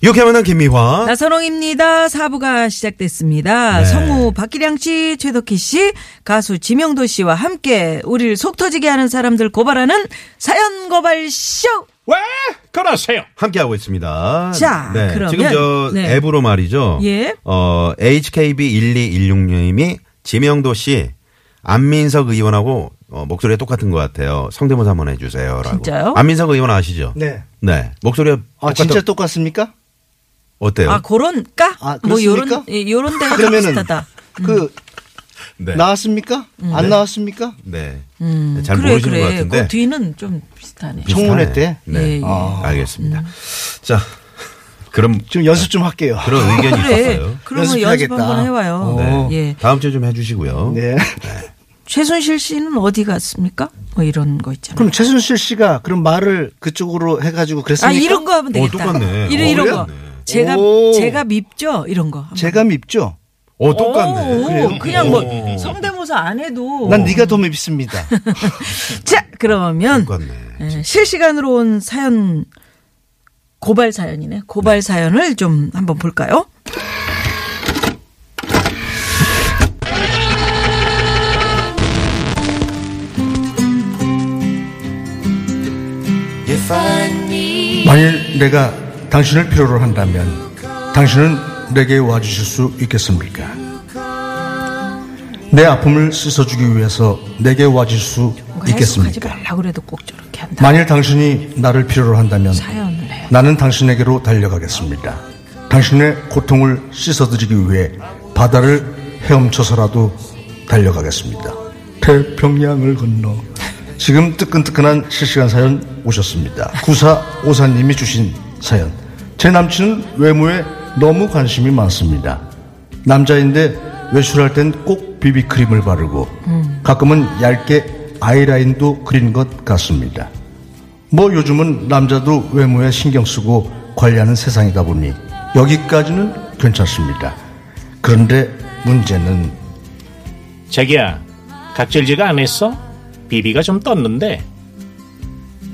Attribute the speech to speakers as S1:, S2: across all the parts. S1: 이렇게 만난 김미화.
S2: 아. 나선홍입니다. 사부가 시작됐습니다.
S1: 네.
S2: 성우 박기량 씨, 최덕희 씨, 가수 지명도 씨와 함께 우리를 속 터지게 하는 사람들 고발하는 사연 고발 쇼.
S1: 왜 그러세요? 함께하고 있습니다.
S2: 자,
S1: 네,
S2: 그러면-
S1: 지금 저
S2: 네.
S1: 앱으로 말이죠.
S2: 예.
S1: 어, HKB1216님이 지명도 씨, 안민석 의원하고 어, 목소리가 똑같은 것 같아요. 성대모사 한번 해주세요. 라고.
S2: 진짜요?
S1: 안민석 의원 아시죠?
S3: 네.
S1: 네. 목소리가
S3: 아
S1: 똑같다-
S3: 진짜 똑같습니까?
S1: 어때요?
S2: 아, 그런가?
S3: 아,
S2: 뭐 요런
S3: 그렇습니까?
S2: 예, 요런 데가 좀
S3: 아, 그러면은
S2: 비슷하다.
S3: 그
S1: 네.
S3: 나왔습니까? 안 나왔습니까?
S1: 네.
S2: 음,
S1: 잘
S2: 그래,
S1: 모르시는
S2: 그래.
S1: 것 같은데.
S2: 그 뒤는 좀 비슷하네.
S1: 비슷하네.
S3: 청문회 때?
S1: 네.
S2: 예, 예.
S1: 아. 알겠습니다. 자, 그럼
S3: 좀 연습 좀 할게요.
S1: 그런 의견이
S2: 그래.
S1: 있었어요.
S2: 그러면 연습
S3: 연습해야겠다.
S2: 한번 해봐요.
S1: 네.
S2: 예.
S1: 다음 주에 좀 해주시고요.
S3: 네.
S2: 최순실 씨는 어디 갔습니까? 뭐 이런 거 있잖아요.
S3: 그럼 최순실 씨가 그럼 말을 그쪽으로 해가지고 그랬습니까?
S2: 아, 이런 거 하면
S1: 어,
S2: 되겠다.
S1: 똑같네.
S2: 이런,
S1: 어,
S2: 이런
S1: 그래요?
S2: 거. 제가,
S3: 오.
S2: 제가 밉죠? 이런 거. 한번.
S3: 제가 밉죠.
S1: 어, 똑같네. 어.
S2: 오, 그냥 뭐
S1: 오.
S2: 성대모사 안 해도.
S3: 난 네가 더 밉습니다.
S2: 자 그러면
S1: 똑같네.
S2: 예, 실시간으로 온 사연 고발 사연이네. 고발 사연을 좀 한번 볼까요? 예.
S4: 만일 내가 당신을 필요로 한다면 당신은 내게 와주실 수 있겠습니까? 내 아픔을 씻어주기 위해서 내게 와주실 수
S2: 그 뭔가 해석하지
S4: 있겠습니까?
S2: 말라 그래도 꼭 저렇게 한다.
S4: 만일 당신이 나를 필요로 한다면
S2: 사연을 해.
S4: 나는 당신에게로 달려가겠습니다. 당신의 고통을 씻어드리기 위해 바다를 헤엄쳐서라도 달려가겠습니다. 태평양을 건너 지금 뜨끈뜨끈한 실시간 사연 오셨습니다. 구사 오사님이 주신 사연. 제 남친은 외모에 너무 관심이 많습니다. 남자인데 외출할 땐 꼭 비비크림을 바르고 가끔은 얇게 아이라인도 그린 것 같습니다. 뭐 요즘은 남자도 외모에 신경 쓰고 관리하는 세상이다 보니 여기까지는 괜찮습니다. 그런데 문제는
S5: 자기야, 각질제가 안 했어? 비비가 좀 떴는데.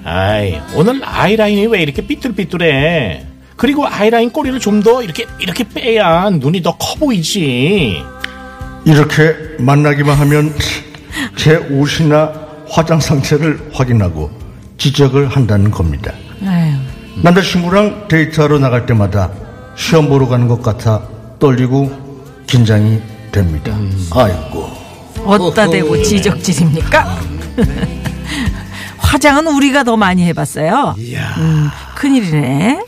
S5: 아이, 오늘 아이라인이 왜 이렇게 삐뚤삐뚤해? 그리고 아이라인 꼬리를 좀 더 이렇게 이렇게 빼야 눈이 더 커 보이지.
S4: 이렇게 만나기만 하면 제 옷이나 화장 상태를 확인하고 지적을 한다는 겁니다.
S2: 아유,
S4: 남자친구랑 데이트하러 나갈 때마다 시험 보러 가는 것 같아 떨리고 긴장이 됩니다. 아이고.
S2: 어따 대고 지적질입니까? 화장은 우리가 더 많이 해봤어요. 음, 큰일이네.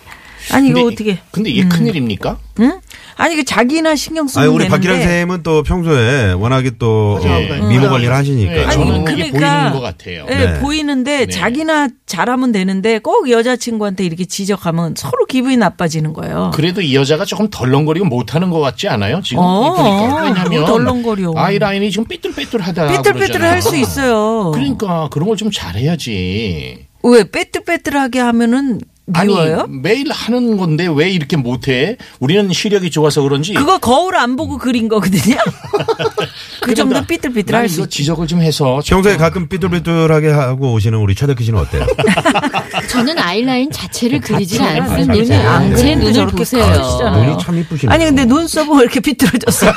S2: 아니 이거 어떻게?
S5: 근데 이게 큰일입니까?
S2: 응? 아니 그 자기나 신경 쓰면
S1: 아니 우리
S2: 되는데.
S1: 박기량 쌤은 또 평소에 워낙에 또 어,
S5: 예.
S1: 미모
S2: 아,
S1: 관리를 하시니까 음.
S5: 예, 저는
S2: 아니,
S5: 이게
S2: 그러니까-
S5: 보이는 것 같아요.
S2: 예, 보이는데 자기나 잘하면 되는데 꼭 여자친구한테 이렇게 지적하면 서로 기분이 나빠지는 거예요.
S5: 그래도 이 여자가 조금 덜렁거리고 못하는 것 같지 않아요? 지금
S2: 어,
S5: 이쁘니까.
S2: 뭘
S5: 왜냐면
S2: 덜렁거려.
S5: 아이라인이 지금 삐뚤빼뚤하다.
S2: 삐뚤빼뚤 할 수 있어요.
S5: 그러니까 그런 걸 좀 잘해야지.
S2: 왜 빼뚤빼뚤하게 하면은 미워요?
S5: 아니 음, 매일 하는 건데 왜 이렇게 못해? 우리는 시력이 좋아서 그런지.
S2: 그거 거울 안 보고 그린 거거든요. 그 정도
S5: 그러니까 나는
S2: 삐뚤삐뚤할 수
S5: 이거
S2: 있지.
S5: 지적을 좀 해서
S1: 평소에 가끔 삐뚤삐뚤하게 하고 오시는 우리 최덕희 씨는 어때요?
S6: 저는 아이라인 자체를 그리질
S2: 아니,
S6: 않습니다.
S2: 눈이 안
S6: 제
S2: 그리는데
S6: 눈을
S2: 저렇게
S6: 보세요.
S2: 커지잖아요.
S1: 눈이 참 이쁘시네요.
S2: 아니 근데 눈썹은 왜 이렇게 삐뚤어졌어?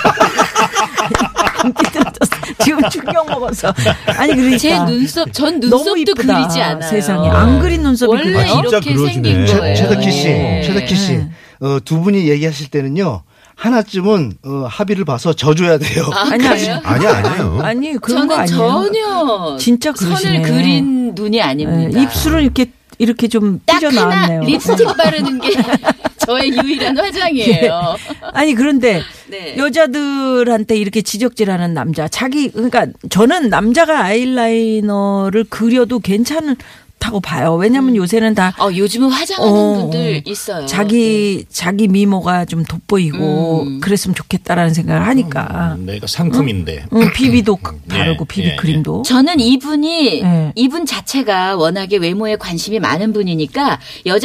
S2: 안 삐뚤어졌어. 지금 충격 먹어서. 아니 그러니까
S6: 제 눈썹, 전
S2: 너무
S6: 눈썹도
S2: 이쁘다.
S6: 그리지 않아요.
S2: 세상에 안 그린 눈썹이
S6: 원래
S2: 그려요?
S1: 진짜
S6: 이렇게
S1: 그러시네.
S6: 생긴
S1: 최-
S6: 거예요.
S3: 최덕희 씨,
S6: 네.
S3: 최덕희 씨, 어, 두 분이 얘기하실 때는요 하나쯤은 어, 합의를 봐서 져줘야 돼요.
S2: 아니 아니
S1: 아니 아니에요.
S2: 아니 그런 거
S6: 저는
S2: 아니에요.
S6: 전혀
S2: 진짜 그러시네.
S6: 선을 그린 눈이 아닙니다.
S2: 예, 입술은 이렇게 이렇게 좀
S6: 딱
S2: 삐져나왔네요. 네.
S6: 하나 립스틱 바르는 게 저의 유일한 화장이에요.
S2: 아니 그런데
S6: 네.
S2: 여자들한테 이렇게 지적질하는 남자 자기 그러니까 저는 남자가 아이라이너를 그려도 괜찮은 좋다고 봐요. 왜냐면 요새는 다
S6: 어, 요즘은 화장하는
S2: 어,
S6: 분들 있어요. 네.
S2: 자기 자기 미모가 좀 돋보이고
S6: 음. 그랬으면
S2: 그랬으면 좋겠다라는 생각을
S1: 음.
S2: 하니까. 음,
S5: 내가 아. 네, 상품인데.
S2: 응, 비비도
S1: 네.
S2: 바르고
S5: 예,
S2: 비비
S5: 예,
S2: 크림도.
S6: 저는 이분이
S2: 네.
S6: 이분 자체가 워낙에 외모에 관심이 많은 분이니까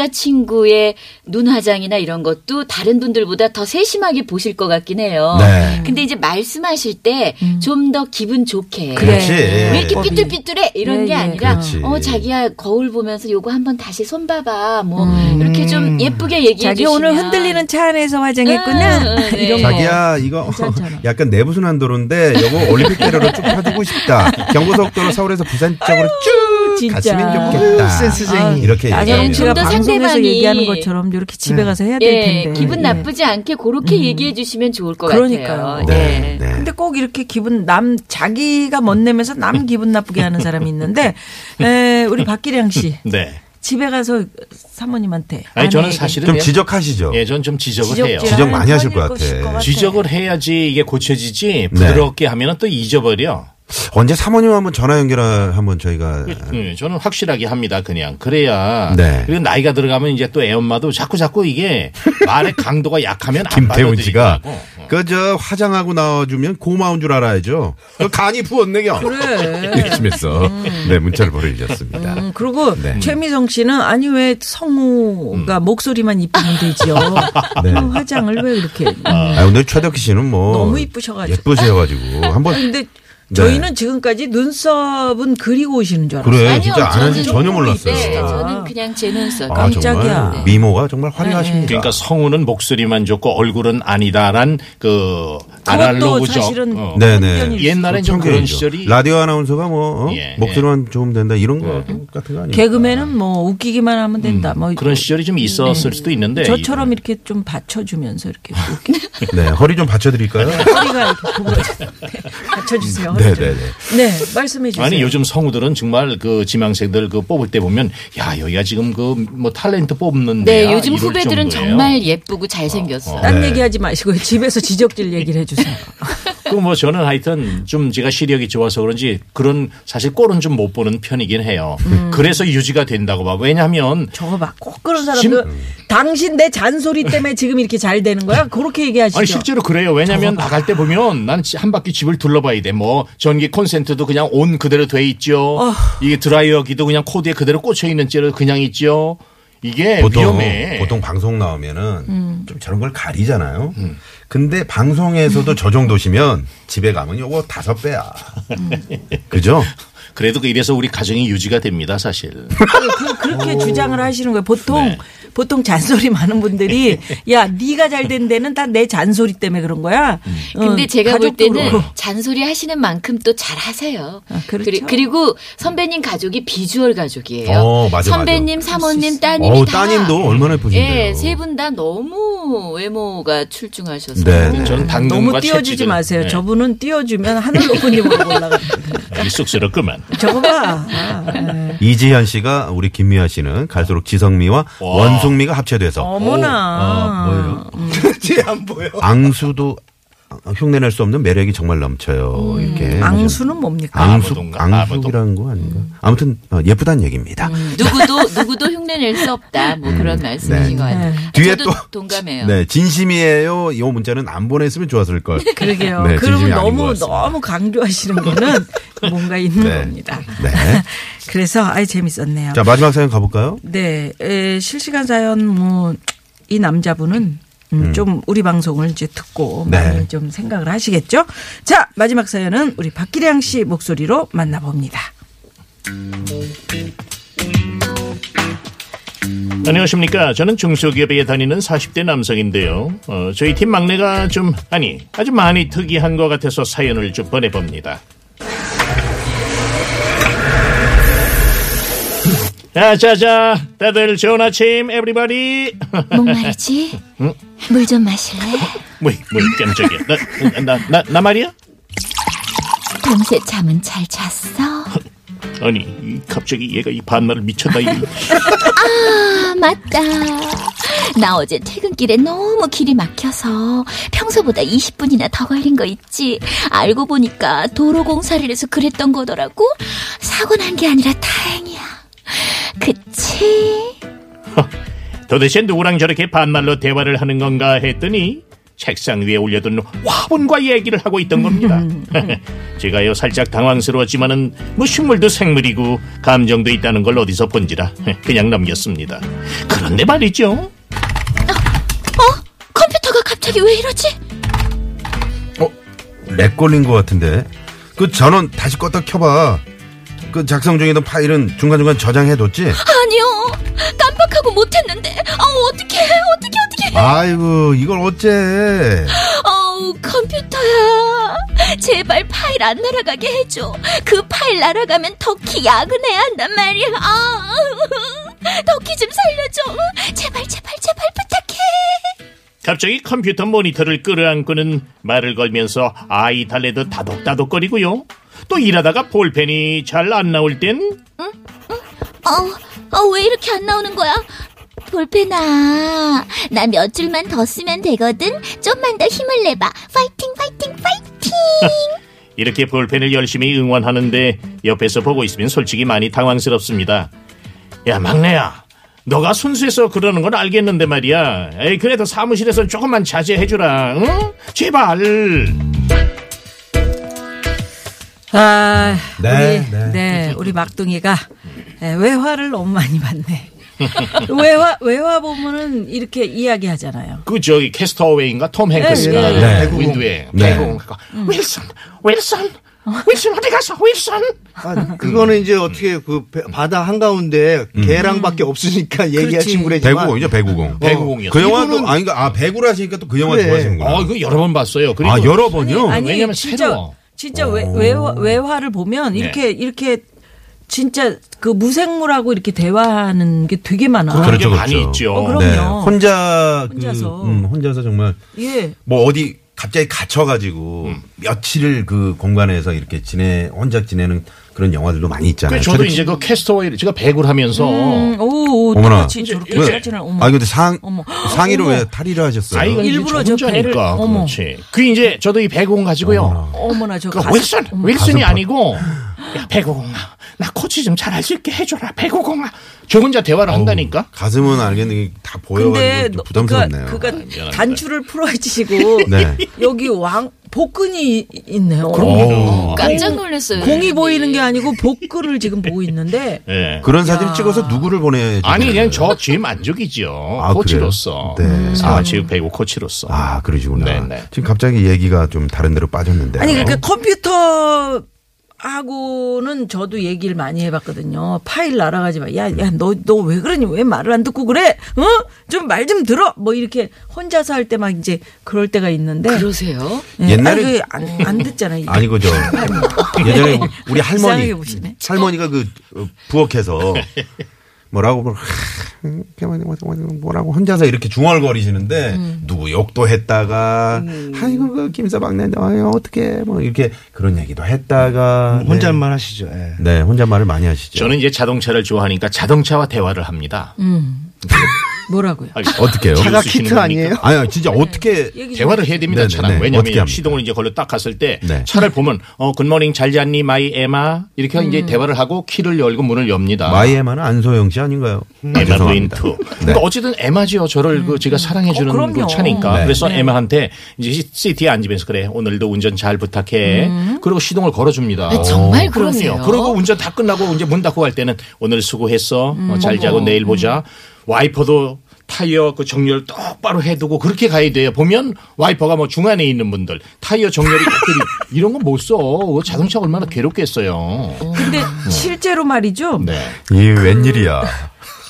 S6: 여자친구의 눈 화장이나 이런 것도 다른 분들보다 더 세심하게 보실 것 같긴 해요.
S2: 어.
S1: 네.
S6: 근데 이제 말씀하실 때 좀 더 기분 좋게
S2: 음. 그래. 네.
S1: 그렇지. 어,
S6: 왜 이렇게
S2: 법이.
S6: 삐뚤삐뚤해 이런
S2: 예,
S6: 게
S2: 예.
S6: 아니라
S1: 그렇지.
S6: 어 자기야 거울 보면서 요거 한번 다시 손 봐봐 뭐
S2: 음.
S6: 이렇게 좀 예쁘게 얘기해
S2: 자기
S6: 주시면
S2: 오늘 흔들리는 차 안에서 화장했구나.
S6: 음, 음, 네.
S2: 이런 거.
S1: 자기야 이거
S2: 괜찮잖아.
S1: 약간 내부순환도로인데 이거 올림픽대로로 쭉 펴주고 싶다. 경고속도로 서울에서 부산 쪽으로 쭉
S2: 진짜.
S1: 갔으면
S4: 아유,
S1: 좋겠다.
S4: 센스쟁이.
S1: 이렇게 네.
S2: 나경
S1: 얘기하면
S2: 씨가
S6: 좀더
S2: 방송에서
S6: 아, 상대방이-
S2: 얘기하는 것처럼 이렇게 집에 가서 해야 될
S6: 예
S2: 텐데.
S6: 기분
S2: 예. 음.
S6: 나쁘지 않게 그렇게 얘기해 주시면 좋을 것
S2: 그러니까요.
S6: 같아요.
S1: 네.
S6: 예.
S1: 네.
S2: 근데 꼭 이렇게 기분 남 자기가 못 내면서
S1: 음.
S2: 남 기분 나쁘게 하는 사람이 있는데 에, 우리 박기량 씨
S5: 네.
S2: 집에 가서 사모님한테
S5: 아니 저는
S2: 아내에게
S5: 사실은
S1: 좀
S5: 예,
S1: 지적하시죠.
S5: 예, 저는 좀 지적을 해요.
S2: 지적질을
S1: 지적 많이
S2: 하는
S1: 하실 것
S2: 편일 것일
S1: 같아.
S2: 것
S5: 지적을 해야지 이게
S1: 네.
S5: 고쳐지지 부드럽게 하면 또 잊어버려.
S1: 언제 사모님 한번 전화 연결 한번 저희가
S5: 예, 저는 확실하게 합니다. 그냥 그래야.
S1: 네.
S5: 그리고 나이가 들어가면 이제 또 애엄마도 자꾸 자꾸 이게 말의 강도가 약하면 안
S1: 김태훈
S5: 받아들이고
S1: 씨가
S5: 하고. 어.
S1: 그 저 화장하고 나와주면 고마운 줄 알아야죠. 그 간이 부었네 경.
S2: 그래.
S1: 이쯤에서 네 문자를 보내주셨습니다.
S2: 음, 그리고
S1: 네. 음.
S2: 최미정 씨는 아니 왜 성우가 목소리만 이쁘면 되지요?
S1: 네.
S2: 그 화장을 왜 이렇게
S1: 아, 오늘 최덕희 씨는 뭐
S2: 너무 이쁘셔가지고.
S1: 예쁘셔가지고 한번
S2: 근데
S1: 네.
S2: 저희는 지금까지 눈썹은 그리고 오시는 줄 알았어요.
S1: 그래
S6: 아니요,
S1: 네, 진짜 안 한지
S6: 저는
S1: 전혀 몰랐어요.
S6: 네,
S2: 진짜.
S6: 저는 그냥 제 눈썹.
S1: 아
S2: 깜짝이야.
S1: 정말 미모가 정말 화려하십니다.
S5: 그러니까 성우는 목소리만 좋고 얼굴은 아니다란 그
S2: 그것도
S5: 아날로그적.
S2: 사실은
S5: 어.
S1: 네네.
S5: 옛날엔
S2: 그러니까
S5: 좀 그런
S1: 청개구리죠.
S5: 시절이
S1: 라디오 아나운서가 뭐 어?
S5: 예,
S1: 목소리만 좋으면 된다 이런 거 같은 거 아니에요?
S2: 개그맨은 뭐 웃기기만 하면 된다. 뭐
S5: 어. 음, 그런 시절이 좀 있었을 수도 있는데
S2: 저처럼 이렇게 좀 받쳐주면서 이렇게 웃기-
S1: 네 허리 좀
S2: 아,
S1: 받쳐드릴까요?
S2: 허리가 이렇게 구부러져. 받쳐주세요. 허리 좀.
S1: 네네네.
S2: 네, 말씀해 주세요.
S5: 아니 요즘 성우들은 정말 그 지망생들 그 뽑을 때 보면 야 여기가 지금 그 뭐 탤런트 뽑는
S6: 네,
S1: 아,
S5: 데야
S6: 요즘
S5: 이럴
S6: 후배들은
S5: 정도예요.
S6: 정말 예쁘고 잘생겼어.
S2: 딴
S1: 네.
S2: 얘기하지 마시고 집에서 지적질 얘기를 해주세요.
S5: 그 뭐 저는 하여튼 좀 제가 시력이 좋아서 그런지 그런 사실 꼴은 좀 못 보는 편이긴 해요.
S6: 음.
S5: 그래서 유지가 된다고 봐. 왜냐하면
S2: 저거 봐. 꼭 그런 사람들 당신 내 잔소리 때문에 지금 이렇게 잘 되는 거야? 그렇게 얘기하시죠.
S5: 아니 실제로 그래요. 왜냐하면 나갈 때 보면 난 한 바퀴 집을 둘러봐야 돼. 뭐 전기 콘센트도 그냥 온 그대로 돼 있죠.
S2: 어.
S5: 이게 드라이어기도 그냥 코드에 그대로 꽂혀 있는 채로 그냥 있죠. 이게
S1: 보통
S5: 예, 위험해.
S1: 보통 방송 나오면은 좀 저런 걸 가리잖아요.
S5: 음.
S1: 근데 방송에서도 저 정도시면 집에 가면 요거 다섯 배야. 그죠?
S5: 그래도 그 이래서 우리 가정이 유지가 됩니다, 사실.
S2: 그, 그렇게 주장을 하시는 거예요. 보통
S1: 네.
S2: 보통 잔소리 많은 분들이 야 네가 잘 된 데는 다 내 잔소리 때문에 그런 거야.
S1: 음.
S6: 근데
S2: 어,
S6: 제가 볼
S2: 가족도
S6: 때는
S2: 그렇고.
S6: 잔소리 하시는 만큼 또 잘하세요.
S2: 아, 그렇죠.
S6: 리고 선배님 가족이 비주얼 가족이에요.
S1: 어, 맞아, 맞아.
S6: 선배님, 사모님, 따님이
S1: 어우
S6: 다
S1: 따님도 얼마나 예쁘신데요.
S6: 예, 세 분 다 너무 외모가 출중하셔서 음,
S1: 네, 네.
S5: 저는 당근과
S2: 너무 띄워주지
S5: 채찍을-
S2: 마세요.
S5: 네.
S2: 저분은 띄워주면 하늘 높은 집으로 올라갑니다.
S5: 이 쑥스럽구만.
S2: 저거 봐.
S1: 네.
S2: 아, 예.
S1: 이지현 씨가 우리 김미아 씨는 갈수록 지성미와 원숭미가 합체돼서 어, 아,
S2: 어머나.
S4: 쟤안 보여.
S1: 앙수도 흉내낼 수 없는 매력이 정말 넘쳐요. 이렇게
S2: 네, 앙수는 뭡니까?
S1: 네, 앙수
S5: 아무도인가?
S1: 앙숙이라는 거 아닌가? 아무튼 어, 예쁘단 얘기입니다.
S6: 누구도 누구도 흉내낼 수 없다. 뭐 그런
S1: 네.
S6: 말씀이신 것 같아요. 아,
S1: 뒤에
S6: 저도
S1: 또-
S6: 동감해요.
S1: 네, 진심이에요. 이 문자는 안 보냈으면 좋았을 걸.
S2: 그러게요.
S1: 네,
S2: 그러면
S1: 진심이 아닌 것
S2: 너무
S1: 같습니다.
S2: 너무 강조하시는 거는 뭔가 있는
S1: 네.
S2: 겁니다.
S1: 네.
S2: 그래서 아예 재밌었네요.
S1: 자 마지막 사연 가볼까요?
S2: 네, 에, 실시간 사연 뭐 이 남자분은 음, 좀 우리 방송을 이제 듣고
S1: 네.
S2: 많이 좀 생각을 하시겠죠. 자 마지막 사연은 우리 박기량 씨 목소리로 만나봅니다.
S5: 안녕하십니까. 저는 중소기업에 다니는 40대 남성인데요. 어, 저희 팀 막내가 좀, 아니, 아주 많이 특이한 것 같아서 사연을 좀 보내봅니다. 자, 자, 자. 다들 좋은 아침, 에브리바디.
S7: 목마르지? 물 좀 마실래?
S5: 뭐이, 뭐이, 깜짝이야. 나, 나, 나, 나 말이야?
S7: 밤새 잠은 잘 잤어?
S5: 아니, 이 갑자기 얘가 이 반말을 미쳤다. 이.
S7: 아, 맞다. 나 어제 퇴근길에 너무 길이 막혀서 평소보다 20분이나 더 걸린 거 있지. 알고 보니까 도로 공사를 해서 그랬던 거더라고. 사고 난 게 아니라 다행이야. 그치?
S5: 도대체 누구랑 저렇게 반말로 대화를 하는 건가 했더니 책상 위에 올려둔 화분과 얘기를 하고 있던 겁니다. 제가요 살짝 당황스러웠지만은 뭐 식물도 생물이고 감정도 있다는 걸 어디서 본지라 그냥 넘겼습니다. 그런데 말이죠.
S7: 어? 컴퓨터가 갑자기 왜 이러지?
S1: 어, 렉 걸린 것 같은데. 그 전원 다시 껐다 켜봐. 그 작성 중이던 파일은 중간중간 저장해뒀지?
S7: 아니요. 깜빡하고 못했는데. 어, 어떡해. 어떡해, 어떡해.
S1: 아이고, 이걸 어째.
S7: 어우, 컴퓨터야. 제발 파일 안 날아가게 해줘. 그 파일 날아가면 덕희 야근해야 한단 말이야. 아, 덕희 좀 살려줘. 제발, 제발, 제발 부탁해.
S5: 갑자기 컴퓨터 모니터를 끌어안고는 말을 걸면서 아이 달래듯 다독다독거리고요. 또 일하다가 볼펜이 잘 안 나올 땐
S7: 어, 어, 왜 이렇게 안 나오는 거야? 볼펜아, 나 몇 줄만 더 쓰면 되거든. 좀만 더 힘을 내봐. 파이팅, 파이팅, 파이팅.
S5: 이렇게 볼펜을 열심히 응원하는데 옆에서 보고 있으면 솔직히 많이 당황스럽습니다. 야 막내야, 너가 순수해서 그러는 건 알겠는데 말이야. 에이, 그래도 사무실에서 조금만 자제해주라. 응? 제발.
S2: 아,
S1: 네,
S2: 우리,
S1: 네.
S2: 네. 우리 막둥이가 예, 외화를 너무 많이 봤네. 외화, 외화 보면은 이렇게 이야기하잖아요.
S5: 그 저기 캐스터웨이인가 톰 행크스가
S2: 예,
S5: 그
S1: 예. 네.
S5: 윈드에
S1: 네.
S5: 대공 윌슨, 윌슨, 윌슨 어디 갔어, 윌슨.
S4: 아, 그거는 이제 어떻게 그 배- 바다 한가운데 개랑밖에 없으니까 얘기할 친구래지만
S1: 배구공이죠, 배구공.
S5: 배구공이요.
S1: 그 영화 또,
S4: 이거는-
S1: 아, 그러니까, 아, 배구라 하시니까 또 그 영화
S4: 그래.
S1: 좋아하시는구나.
S5: 어, 이거 여러 번 봤어요. 그리고
S1: 아, 여러 번이요?
S2: 아니,
S5: 왜냐면
S2: 진짜,
S5: 새로워.
S2: 진짜 외, 외화, 외화를 보면 이렇게, 이렇게 진짜 그 무생물하고 이렇게 대화하는 게 되게 많아.
S5: 그런
S1: 그렇죠,
S5: 게 많이
S1: 그렇죠.
S5: 있죠.
S2: 어, 그럼요.
S1: 혼자, 그,
S2: 혼자서.
S1: 음, 혼자서 정말,
S2: 예.
S1: 뭐 어디 갑자기 갇혀가지고
S5: 음.
S1: 며칠을 그 공간에서 이렇게 지내, 혼자 지내는 그런 영화들도 많이 있잖아요.
S5: 그
S1: 네,
S5: 저도
S1: 저도
S5: 이제 그 캐스터웨이를 제가 배구를 하면서
S2: 음, 오, 오,
S1: 어머나.
S2: 똑같이 저렇게
S5: 왜?
S2: 사진을, 어머.
S1: 아니 근데 상
S2: 어머.
S1: 상의로
S2: 어머.
S1: 왜 탈의를 하셨어요?
S5: 아이가
S2: 일부러
S5: 이제
S2: 저 배를-
S5: 전자니까
S2: 어머.
S5: 그렇지. 그 이제 저도 이 배구공 가지고요.
S2: 어머나, 저
S5: 그
S2: 가슴-
S5: 윌슨 윌슨이 아니고 야, 배구공아 나 코치 좀 잘 할 수 있게 해줘라 배구공아. 저 혼자 대화를 한다니까.
S1: 가슴은 알겠는데 다
S2: 근데
S1: 보여가지고 뭐 좀 부담스럽네요.
S2: 그가
S5: 미안합니다.
S2: 단추를 풀어지시고
S1: 네.
S2: 여기 왕 복근이 이- 있네요. 어.
S1: 오.
S6: 깜짝 놀랐어요.
S2: 공이 보이는 게 아니고 복근을 지금 보고 있는데
S1: 네.
S5: 예.
S1: 그런 사진 찍어서 누구를 보내?
S5: 아니 그냥 저 제 만족이죠.
S1: 아,
S5: 코치로서
S1: 그래요? 네.
S5: 사마체육 배구 코치로서.
S1: 아 그러시구나.
S5: 네네.
S1: 지금 갑자기 얘기가 좀 다른 데로 빠졌는데.
S2: 아니 그러니까 컴퓨터 하고는 저도 얘기를 많이 해봤거든요. 파일 날아가지 마. 야, 야, 너, 너 왜 그러니? 왜 말을 안 듣고 그래? 어? 좀 말 좀 들어! 뭐 이렇게 혼자서 할 때 막 이제 그럴 때가 있는데.
S6: 그러니까 그러세요?
S2: 예,
S1: 옛날에-
S2: 아니, 그게 안, 안 듣잖아요. 이게.
S1: 아니 그죠. 예전에 우리 할머니
S2: 네. 이상하게 보시네.
S1: 할머니가 그 어, 부엌에서 뭐라고 뭐, 하, 이렇게 뭐라고 혼자서 이렇게 중얼거리시는데
S2: 음.
S1: 누구 욕도 했다가 아이고 그 김서방네 어떻게 뭐 이렇게 그런 얘기도 했다가 네.
S4: 음, 혼잣말 하시죠. 예.
S1: 네, 혼잣말을 많이 하시죠.
S5: 저는 이제 자동차를 좋아하니까 자동차와 대화를 합니다.
S2: 뭐라고요?
S5: 아,
S1: 어떻게요?
S4: 음. 차가
S5: 쓰시는
S4: 키트
S5: 거니까.
S4: 아니에요?
S1: 아니요, 진짜
S2: 네.
S1: 어떻게
S2: 얘기 좀
S5: 대화를 해야 됩니다
S1: 네네네.
S5: 차랑
S1: 어떻게
S5: 왜냐하면
S1: 합니까?
S5: 시동을 이제 걸로 딱 갔을 때
S1: 네.
S5: 차를 보면 어 굿모닝 잘 잤니 마이 에마 이렇게
S4: 음.
S5: 이제 대화를 하고 키를 열고 문을 엽니다.
S1: 마이에마는 안소영 씨 아닌가요? 아,
S5: 에마 부인
S1: 죄송합니다.
S5: 투.
S1: 네.
S5: 그러니까 어쨌든 에마지요. 저를 그 제가 사랑해 주는
S2: 어, 그럼요.
S5: 그 차니까.
S1: 네.
S5: 그래서 에마한테 이제 시- 시티에 앉으면서 그래. 오늘도 운전 잘 부탁해. 그리고 시동을 걸어 줍니다.
S6: 아, 정말 그러세요?
S5: 그리고 운전 다 끝나고 이제 문 닫고 갈 때는 오늘 수고했어. 어, 잘 자고 내일 보자. 와이퍼도 타이어 그 정렬 똑바로 해두고 그렇게 가야 돼요. 보면 와이퍼가 뭐 중안에 있는 분들 타이어 정렬이 곁들이 이런 건 못 써. 그거 자동차가 얼마나 괴롭겠어요.
S2: 근데
S1: 아.
S2: 실제로 말이죠.
S5: 네.
S1: 이게 웬일이야.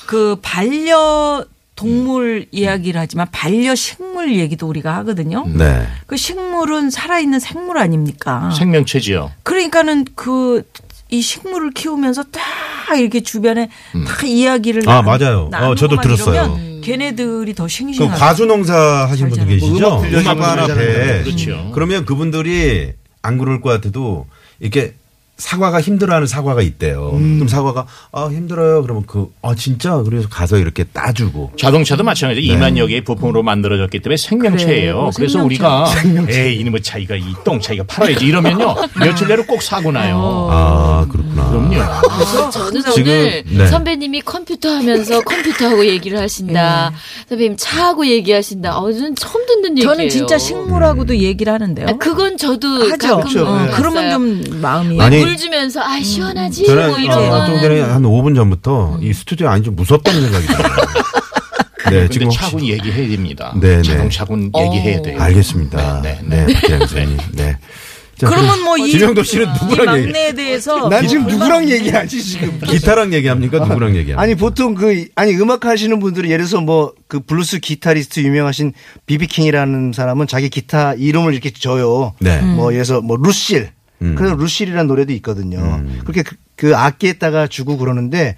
S2: 그 반려 동물 이야기를 하지만 반려 식물 얘기도 우리가 하거든요.
S4: 음.
S1: 네.
S2: 그 식물은 살아있는 생물 아닙니까?
S5: 생명체지요.
S2: 그러니까는 그 이 식물을 키우면서 다 이렇게 주변에 다 이야기를
S1: 아,
S2: 나누-
S1: 맞아요. 어,
S2: 나누고만
S1: 저도 들었어요.
S2: 이러면 걔네들이 더
S1: 그
S2: 싱싱한.
S1: 과수농사 하신
S2: 잘
S1: 분들
S2: 자라고.
S1: 계시죠?
S4: 음악 들려주는
S1: 음악관 앞에.
S4: 분들이잖아요.
S5: 그렇죠.
S1: 그러면 그분들이 안 그럴 것 같아도 이렇게 사과가 힘들어하는 사과가 있대요. 그럼 사과가 아 힘들어요. 그러면 그 아 진짜 그래서 가서 이렇게 따주고
S5: 자동차도 마찬가지
S1: 네.
S5: 로 2만 여개의 부품으로 만들어졌기 때문에 생명체예요.
S1: 뭐
S2: 그래요,
S5: 그래서
S2: 생명체.
S5: 우리가 에이 이놈의 차이가 이 똥 차이가 팔아야지 이러면요 며칠 내로 꼭 사고 나요.
S1: 아 그렇구나.
S5: 어. 그럼요.
S2: 어?
S6: 그래서 저는
S1: 지금,
S6: 오늘
S1: 네.
S6: 선배님이 컴퓨터 하면서 컴퓨터하고 얘기를
S2: 네.
S6: 하신다. 선배님 차하고 얘기하신다. 어, 저는 처음 듣는 얘기예요.
S2: 저는 진짜 식물하고도
S1: 음.
S2: 얘기를 하는데요.
S6: 아, 그건 저도
S2: 하죠.
S6: 가끔
S4: 그렇죠. 네.
S2: 어,
S6: 봤어요.
S2: 그러면 좀 마음이
S1: 아니,
S6: 물 주면서 아 시원하지
S1: 저는
S6: 뭐 이런
S1: 어, 좀 전에
S6: 거는
S1: 한 5분 전부터 이 스튜디오 안이 좀 무섭다는 생각이 들어요. 네,
S5: 근데
S1: 지금 혹시-
S5: 차군 얘기해야 됩니다.
S1: 네, 네.
S5: 차근차근 얘기해야 돼요.
S1: 알겠습니다. 네,
S5: 네, 네, 네.
S1: 박재영 선생님. 네. 자,
S2: 그러면 뭐 이
S1: 지명도 씨는 누구랑 얘기?
S2: 막내에 대해서
S4: 난 지금
S2: 어, 얼마나
S4: 누구랑 얘기하지 지금?
S1: 기타랑 얘기합니까? 누구랑 얘기합니까?
S4: 아니 보통 그 아니 음악 하시는 분들은 예를 들어서 뭐 그 블루스 기타리스트 유명하신 비비킹이라는 사람은 자기 기타 이름을 이렇게 줘요.
S1: 네. 음.
S4: 뭐 예서 뭐 루실.
S1: 음.
S4: 그래서 루실이라는 노래도 있거든요. 그렇게 그, 그 악기에다가 주고 그러는데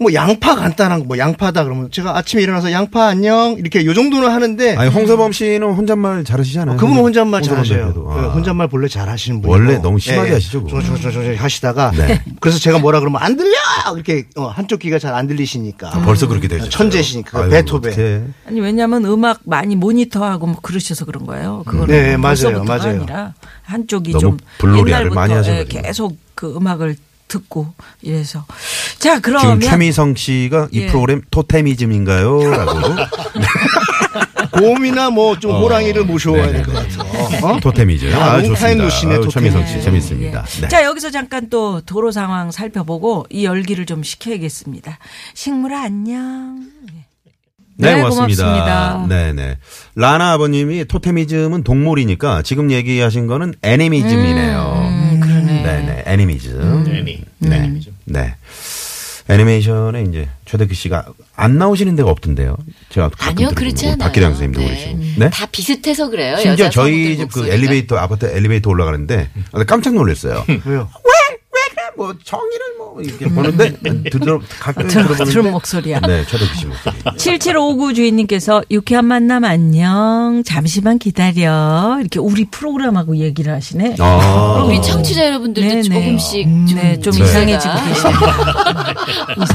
S4: 뭐 양파 간단한 거 뭐 양파다 그러면 제가 아침에 일어나서 양파 안녕 이렇게 요 정도는 하는데
S1: 아니, 홍서범 씨는 혼잣말 잘하시잖아요.
S4: 그분
S1: 음. 홍서범
S4: 혼잣말 잘하셔요.
S1: 대표도. 아.
S4: 네, 혼잣말 본래 잘하시는 분이고 예,
S1: 원래 너무 심하게 하시죠, 그거.
S4: 중중중중 하시다가
S1: 네.
S4: 그래서 제가 뭐라 그러면 안 들려 이렇게 어, 한쪽 귀가 잘 안 들리시니까
S1: 아, 벌써 그렇게 되셨어요.
S4: 천재시니까,
S1: 아유,
S4: 베토벤.
S1: 어떡해.
S2: 아니 왜냐면 음악 많이 모니터하고 뭐 그러셔서 그런 거예요.
S1: 음.
S2: 그거는
S4: 네, 맞아요,
S2: 벌써부터가
S4: 맞아요.
S2: 아니라 한쪽이
S1: 너무
S2: 좀
S1: 불놀이를 많이 하신
S2: 예,
S1: 거죠.
S2: 계속 그 음악을 듣고 이래서 자
S1: 지금
S2: 그러면
S1: 최미성 씨가 이
S2: 예.
S1: 프로그램 토테미즘인가요? 라고.
S4: 곰이나 뭐
S1: 어.
S4: 좀 호랑이를
S1: 네,
S4: 모셔와야 될 것
S1: 그렇죠.
S4: 같아요. 어?
S1: 토테미즘.
S4: 야,
S1: 아,
S4: 롱타임
S1: 좋습니다.
S4: 노시네,
S1: 아유,
S4: 토테미즘.
S1: 최미성 씨
S2: 예.
S1: 재밌습니다. 네.
S2: 자 여기서 잠깐 또 도로 상황 살펴보고 이 열기를 좀 식혀야겠습니다. 식물아 안녕.
S1: 네,
S2: 네,
S1: 고맙습니다.
S2: 고맙습니다.
S1: 네, 네. 라나 아버님이 토테미즘은 동물이니까 지금 얘기하신 거는 애니미즘이네요. 그러네. 네, 네. 애니미즘.
S5: 애니, 네.
S1: 네. 애니메이션에 이제 최덕기 씨가 안 나오시는 데가 없던데요. 제가 가끔
S6: 아니요
S1: 들어보면
S6: 그렇지 않아요.
S1: 뭐 박기량 선생님도
S6: 네.
S1: 그러시고. 네.
S6: 다 비슷해서 그래요.
S1: 심지어
S6: 아, 여자
S1: 저희
S6: 성우들
S1: 집 그
S6: 목소리가.
S1: 엘리베이터 아파트 엘리베이터 올라가는데 아, 나 깜짝 놀랐어요.
S4: 왜요?
S1: 뭐 정의를 뭐 이렇게 보는데 들어 가끔
S2: 들은
S1: 들어보는데
S2: 목소리야.
S1: 네, 최덕기 씨 목소리.
S6: 어.
S2: 7759 주인님께서 유쾌한 만남 안녕. 잠시만 기다려. 이렇게 우리 프로그램하고 얘기를 하시네.
S1: 아.
S6: 우리 청취자 여러분들도
S2: 네, 네.
S6: 조금씩 좀,
S2: 네, 좀
S6: 제가
S2: 이상해지고 계시네요.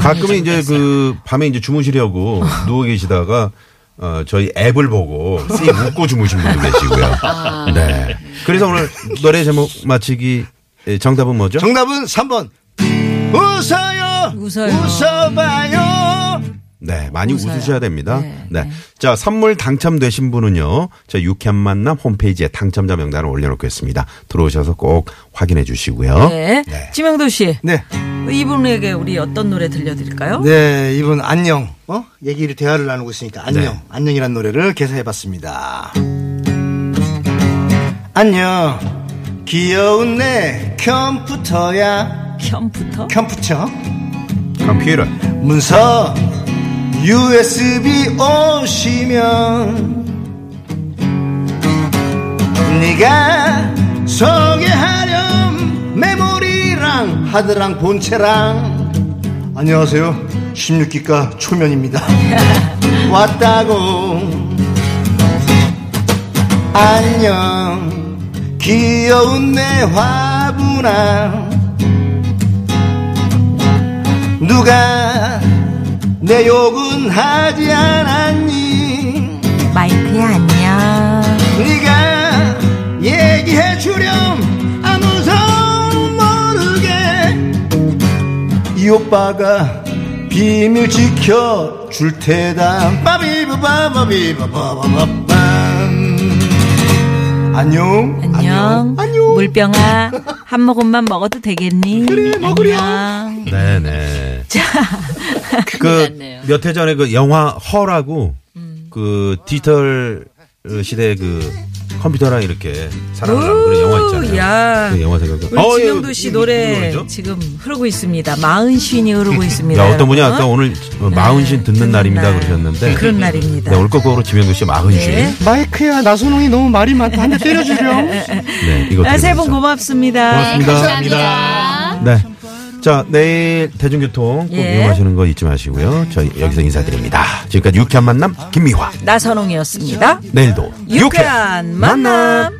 S1: 가끔 이제 그 밤에 이제 주무시려고 누워 계시다가 어 저희 앱을 보고 씩 웃고 주무신 분도 계시고요.
S6: 아.
S1: 네. 그래서 오늘 노래 제목 맞히기 예, 정답은 뭐죠?
S4: 정답은 3번. 웃어요.
S2: 웃어요.
S4: 웃어봐요.
S1: 네, 많이
S2: 웃어요.
S1: 웃으셔야 됩니다. 네,
S2: 네,
S1: 자, 선물 당첨되신 분은요, 저 유쾌한 만남 홈페이지에 당첨자 명단을 올려놓겠습니다. 들어오셔서 꼭 확인해 주시고요.
S2: 네.
S1: 네.
S2: 지명도 씨,
S4: 네.
S2: 이분에게 우리 어떤 노래 들려드릴까요?
S4: 네, 이분 안녕. 어? 얘기를 대화를 나누고 있으니까 안녕.
S1: 네.
S4: 안녕이란 노래를 개사해 봤습니다. 안녕. 귀여운 내 컴퓨터야.
S2: 현부터
S4: 컴퓨터.
S1: 컴퓨터.
S4: 문서 USB 오시면 네가 소개하렴 메모리랑 하드랑 본체랑 안녕하세요 16기가 초면입니다 왔다고 안녕 귀여운 내 화분아 누가 내 욕은 하지 않았니
S2: 마이크야 안녕.
S4: 네가 얘기해 주렴 아무도 모르게 이 오빠가 비밀 지켜 줄 테다 빠비바바바비바바바밤 안녕
S2: 안녕.
S4: 안녕
S2: 물병아, 한 모금만 먹어도 되겠니? 그래,
S4: 먹으렴.
S2: 안녕.
S1: 네네.
S2: 자,
S6: 큰일 났네요.
S1: 그몇 해 전에 그 영화 허라고
S2: 음.
S1: 그 디지털 어, 시대 그 컴퓨터랑 이렇게 사랑을 나누는 그런 영화 있잖아요.
S2: 야.
S1: 그 영화 생각.
S2: 우리 지명도 씨 노래 지금 흐르고 있습니다. 마흔신이 흐르고 있습니다.
S1: 야, 어떤 분이
S2: 여러분.
S1: 아까 오늘 마흔신 듣는
S2: 네, 듣는
S1: 날입니다
S2: 날.
S1: 그러셨는데
S2: 그런 날입니다.
S1: 네, 올 거고로 지명도 씨 마흔신.
S2: 네.
S1: 네.
S4: 마이크야 나선홍이 너무 말이 많다 한 대 때려주렴
S1: 네, 이거
S2: 아, 세분
S1: 들으면서.
S2: 고맙습니다. 아,
S1: 고맙습니다.
S6: 감사합니다.
S1: 네. 자, 내일 대중교통 꼭
S2: 예.
S1: 이용하시는 거 잊지 마시고요. 저희 여기서 인사드립니다. 지금까지 유쾌한 만남 김미화.
S2: 나선홍이었습니다.
S1: 내일도
S2: 유쾌한 만남.